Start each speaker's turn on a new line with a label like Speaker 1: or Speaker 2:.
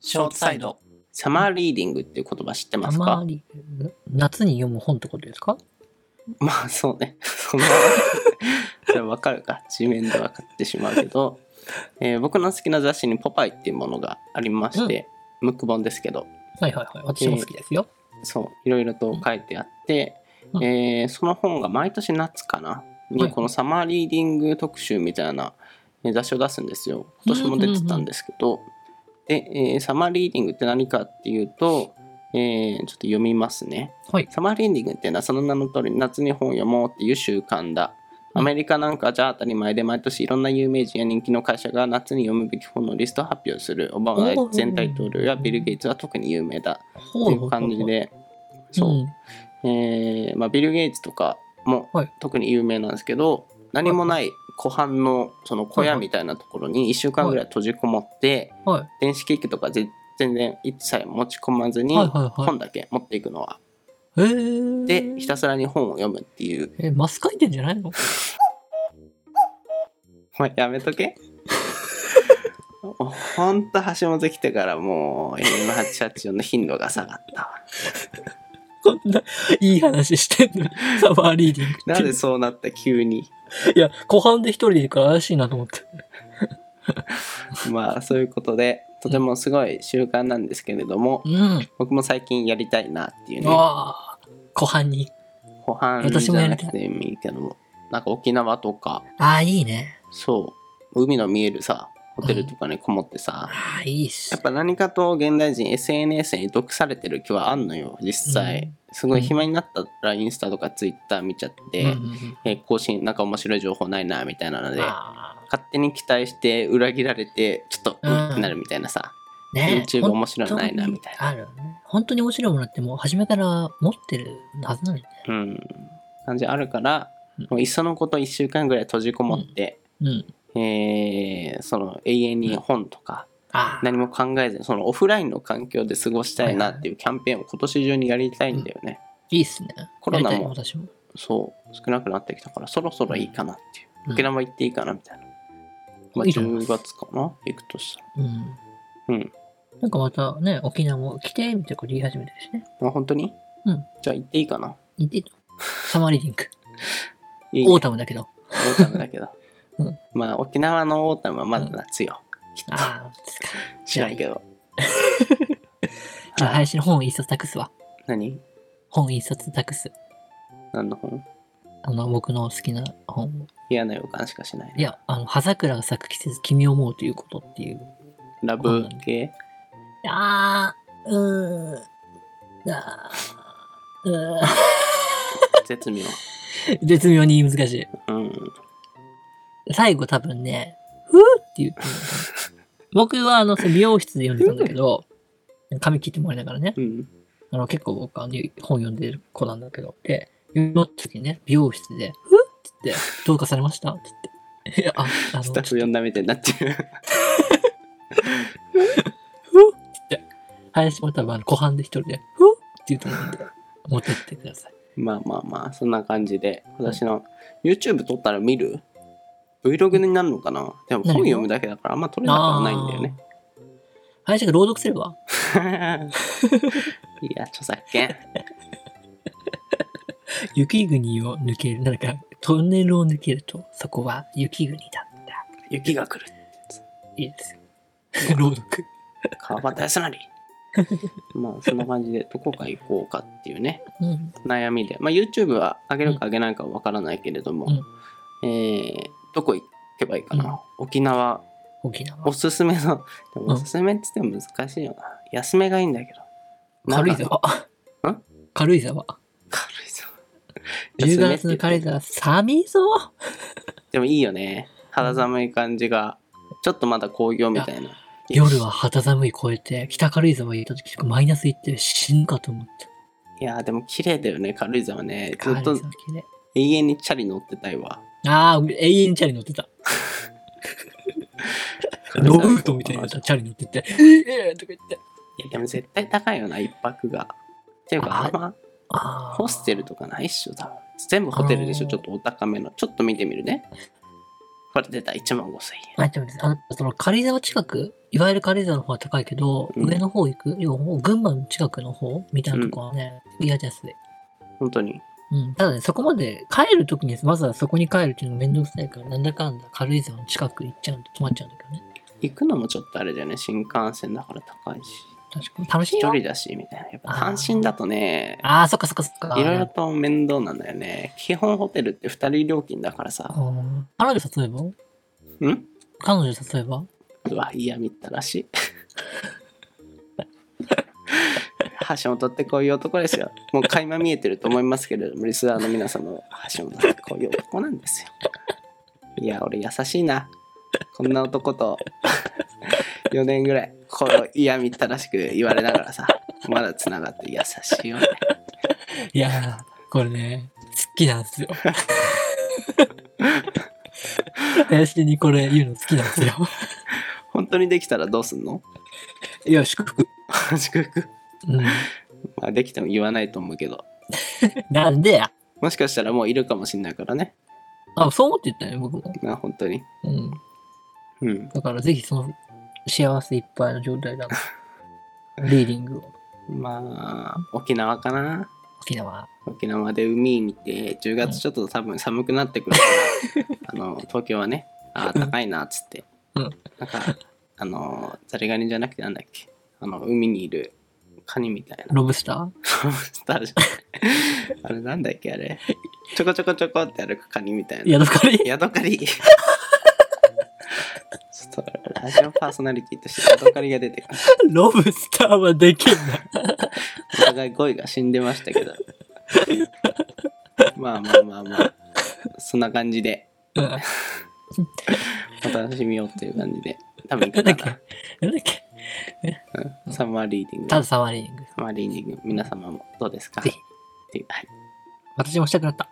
Speaker 1: ショートサイド。
Speaker 2: サマーリーディングっていう言葉知って
Speaker 3: あ
Speaker 2: ます
Speaker 3: ま
Speaker 2: か
Speaker 3: り、夏に読む本ってことですか
Speaker 2: まあそうね。そのそれわかるか。地面でわかってしまうけど、えー僕の好きな雑誌にポパイっていうものがありまして、ムック本ですけど、
Speaker 3: はいはいはい。私も好きですよ。
Speaker 2: そう、いろいろと書いてあって、
Speaker 3: うん
Speaker 2: えーその本が毎年夏かな、
Speaker 3: は
Speaker 2: に
Speaker 3: い
Speaker 2: このサマーリーディング特集みたいなえー雑誌を出すんですよ。今年も出てたんですけど、で、えーサマーリーディングって何かっていうと、えーちょっと読みますね。
Speaker 3: はい。
Speaker 2: サマーリーディングっていうのはその名の通り夏に本を読もうっていう習慣だ。アメリカなんかじゃ当たり前で毎年いろんな有名人や人気の会社が夏に読むべき本のリストを発表する。オバマ前大統領やビル・ゲイツは特に有名だ。っていう感じで、そう、えーまあ、ビル・ゲイツとかも
Speaker 3: はい
Speaker 2: 特に有名なんですけど、何もない湖畔のその小屋みたいなところに1週間ぐらい閉じこもって、
Speaker 3: うん。は
Speaker 2: 電子機器とかぜ全然一切持ち込まず
Speaker 3: い。
Speaker 2: に
Speaker 3: はいはいは
Speaker 2: 本だけ持っていくのは。
Speaker 3: い。えー、
Speaker 2: でひたすらに本を読むっていう。
Speaker 3: え、マス書いてんじゃないの
Speaker 2: お前やめとけ ほんと橋本来てからもう M884 の頻度が下がったわ。
Speaker 3: こんな、いい話してんのに。 サマーリーディングって。
Speaker 2: なぜそうなった急に。
Speaker 3: いや、湖畔で一人でいるから怪しいなと思って。
Speaker 2: まあそういうことでとてもすごい習慣なんですけれども
Speaker 3: うん。
Speaker 2: 僕も最近やりたいなっていうね
Speaker 3: ああ。湖畔に。
Speaker 2: 湖畔じ
Speaker 3: 私も
Speaker 2: ゃ
Speaker 3: や
Speaker 2: な
Speaker 3: りたい
Speaker 2: くてもいいけどもなんか沖縄とか
Speaker 3: ああ、いいね。
Speaker 2: そう海の見えるさホテルとかにこもってさ
Speaker 3: ああ、いいっす
Speaker 2: やっ。ぱ何かと現代人 SNS に毒されてる気はあんのよ実
Speaker 3: う
Speaker 2: 際
Speaker 3: ん
Speaker 2: すごい暇になったらインスタとかツイッター見ちゃって、
Speaker 3: うんうん
Speaker 2: え更新なんか面白い情報ないなみたいなの
Speaker 3: う
Speaker 2: で
Speaker 3: ん、
Speaker 2: 勝
Speaker 3: あ
Speaker 2: 手に期待して裏切られてちょっと
Speaker 3: うん
Speaker 2: うんってなるみたいなさ、
Speaker 3: あ。ね
Speaker 2: YouTube 面白いのないなみたいな
Speaker 3: な。あるよね。本当に面白いものってもう初めから持ってるはずなのにね。
Speaker 2: うん、感じあるから、
Speaker 3: うん
Speaker 2: もういっそのこと1週間ぐらい閉じこもって、
Speaker 3: うん。
Speaker 2: えーその永遠に本とか
Speaker 3: ああ。
Speaker 2: 何も考えずにそのオフラインの環境で過ごしたいなっていうキャンペーンを今年中にやりたいんだよね、
Speaker 3: いいっすね。
Speaker 2: コロナも
Speaker 3: やりたい私も。
Speaker 2: そう少なくなってきたからそろそろいいかなっていう、
Speaker 3: うん
Speaker 2: 沖縄行っていいかなみたいな、まあ、
Speaker 3: いいと思いま
Speaker 2: 10
Speaker 3: す
Speaker 2: 月かな行くとしたら
Speaker 3: うん。
Speaker 2: うん
Speaker 3: なんかまたね、沖縄も来て、みたいなこと言い始めてるしね。
Speaker 2: あ本当に、
Speaker 3: うん
Speaker 2: じゃあ行っていいかな
Speaker 3: 似 てる。サマーリーディング。
Speaker 2: いい
Speaker 3: オ
Speaker 2: オ
Speaker 3: ー
Speaker 2: ー
Speaker 3: タムだけど。
Speaker 2: タムだけど、
Speaker 3: うん
Speaker 2: まあ沖縄のオータムはまだ夏よ、きっと
Speaker 3: ああ、ですか。
Speaker 2: 知らんけど
Speaker 3: じゃあ、
Speaker 2: はい
Speaker 3: 林の本一冊託すわ。
Speaker 2: 何
Speaker 3: 本一冊託す。
Speaker 2: 何の本
Speaker 3: あの、僕の好きな本を。
Speaker 2: 嫌な予感しかしない
Speaker 3: いや、あの、葉桜が咲く季節、君を思うということっていう。
Speaker 2: ラブ系
Speaker 3: あー、うーん。あー、う
Speaker 2: 絶妙。
Speaker 3: ーん。絶妙に難し
Speaker 2: うん。
Speaker 3: い。最後多分ね、ふーって言ってるのかな僕はあの、それ美容室で読んでたんだけど、髪切ってもらいながらね。
Speaker 2: うん。
Speaker 3: あの、結構僕、あの、本読んでる子なんだけど、で、読む時にね、美容室で、ふっつって、どうかされましたって言って、いや、 あ、あの、
Speaker 2: スタッフ呼んだみたいになってる。
Speaker 3: ふっつって、林も多分、あの、湖畔で一人で、ふっって言うと思うんで、持ってってください。
Speaker 2: まあまあまあ、そんな感じで。私の YouTube 撮ったら見る ?Vlog になるのかなでも本読むだけだからあんま撮れなくはないんだよね。
Speaker 3: 林が朗読すれば
Speaker 2: いや、著作権。
Speaker 3: 雪国を抜ける、なんか、トンネルを抜けると、そこは雪国だった。
Speaker 2: 雪が来る。
Speaker 3: いいですよ。朗読。
Speaker 2: 川端康 成。まあ、そんな感じで、どこか行こうかっていうね、
Speaker 3: うん。
Speaker 2: 悩みで。まあ、YouTube は上げるか上げないかはわからないけれども、えー、どこ行けばいいかな、沖縄
Speaker 3: 沖縄
Speaker 2: お。すすめの、で
Speaker 3: うん
Speaker 2: もおすすめっつっても難しいよな。安めがいいんだけど。
Speaker 3: 軽井
Speaker 2: 長野
Speaker 3: 沢。 軽井沢。
Speaker 2: 軽井 沢。安めって
Speaker 3: 10月
Speaker 2: 言
Speaker 3: の
Speaker 2: って
Speaker 3: 軽井沢、寒いぞ。
Speaker 2: でもいいよね。肌寒い感じが、ちょっとまだ紅葉みたいな。
Speaker 3: 夜は肌寒い超えて、北軽井沢行った時とかマイナス行って死ぬかと思って。
Speaker 2: いやーでも綺麗だよね、軽井沢ね。ず
Speaker 3: 軽
Speaker 2: っ
Speaker 3: 井
Speaker 2: と
Speaker 3: 沢綺麗。
Speaker 2: 永遠にチャリ乗ってたいわ。
Speaker 3: ああ、永遠にチャリ乗ってた。ロブートみたいなチャリ乗ってて、ええとか言って。
Speaker 2: いや、でも絶対高いよな、一泊が。っていうか、
Speaker 3: あ
Speaker 2: あんま
Speaker 3: ああ。
Speaker 2: ホステルとかないっしょ、多分。全部ホテルでしょ、
Speaker 3: あー
Speaker 2: ちょっとお高めの。ちょっと見てみるね。これ出た、1万5千円。
Speaker 3: あ、でも、あの、その軽井沢近く、いわゆる軽井沢の方は高いけど、
Speaker 2: うん
Speaker 3: 上の方行く、要はもう群馬の近くの方みたいなとこはね、嫌ですね。
Speaker 2: 本当に。
Speaker 3: うん。ただね、そこまで帰るときに、まずはそこに帰るっていうのがめんどくさいから、なんだかんだ軽井沢の近く行っちゃうんで、止まっちゃうんだけどね。
Speaker 2: 行くのもちょっとあれだよね。新幹線だから高いし。
Speaker 3: 確かに。楽しい
Speaker 2: 一
Speaker 3: よ。
Speaker 2: 人だし、みたいな。やっぱ
Speaker 3: あー
Speaker 2: 単身だとね、
Speaker 3: ああ、そっかそっかそっか。
Speaker 2: いろいろと面倒なんだよね。基本ホテルって二人料金だからさ。
Speaker 3: うん彼女誘えば
Speaker 2: うん
Speaker 3: 彼女誘えば
Speaker 2: うわ、嫌みったらしい。橋本ってこういう男ですよ。もう垣間見えてると思いますけれども、リスナーの皆さんも橋本ってこういう男なんですよ。いや、俺優しいな。こんな男と 4年ぐらい、こう嫌みったらしく言われながらさ、まだ繋がって優しいよね。
Speaker 3: いやー、これね、好きな んですよ。林にこれ言うの好きなんですよ。
Speaker 2: 本当にできたらどうすんの
Speaker 3: いや、祝福。
Speaker 2: 祝福。
Speaker 3: うん。
Speaker 2: まあ、できても言わないと思うけど、
Speaker 3: なんでや。
Speaker 2: もしかしたらもういるかもしんないからね。
Speaker 3: あ、そう思って言ったね、僕も。
Speaker 2: な、本当に。
Speaker 3: うん。
Speaker 2: うん。
Speaker 3: だからぜひその幸せいっぱいの状態だ から。リーディングを。
Speaker 2: まあ、沖縄かな。
Speaker 3: 沖縄。
Speaker 2: 沖縄で海見て、10月ちょっと多分寒くなってくるから、あの、東京はね、あー高いなっつって。
Speaker 3: うん
Speaker 2: なんか、あの、ザリガニじゃなくてなんだっけ、あの、海にいるカニみたい な。
Speaker 3: ロブスタ
Speaker 2: あるじゃんあれなんだっけ、あれ。ちょこちょこちょこって歩くカニみたい
Speaker 3: ー
Speaker 2: な。
Speaker 3: ヤドカリ
Speaker 2: ヤドカ リ。ちょっとラジオパーソナリティとしてヤドカリが出てくる。
Speaker 3: ロブスターはできんな。
Speaker 2: お互い語彙が死んでました けど。まあまあまあまあ。そんな感じで、
Speaker 3: うん。
Speaker 2: お楽しみをっていう感じで。多分い
Speaker 3: な
Speaker 2: か
Speaker 3: んだ
Speaker 2: が
Speaker 3: っけ
Speaker 2: な、
Speaker 3: なんだっけ
Speaker 2: うん、サマーリーディング。
Speaker 3: ただ
Speaker 2: サ
Speaker 3: サマーリーディング。
Speaker 2: マーリーディング、皆様もどうですか
Speaker 3: ぜひ
Speaker 2: っていうはい
Speaker 3: 私もしたくなった。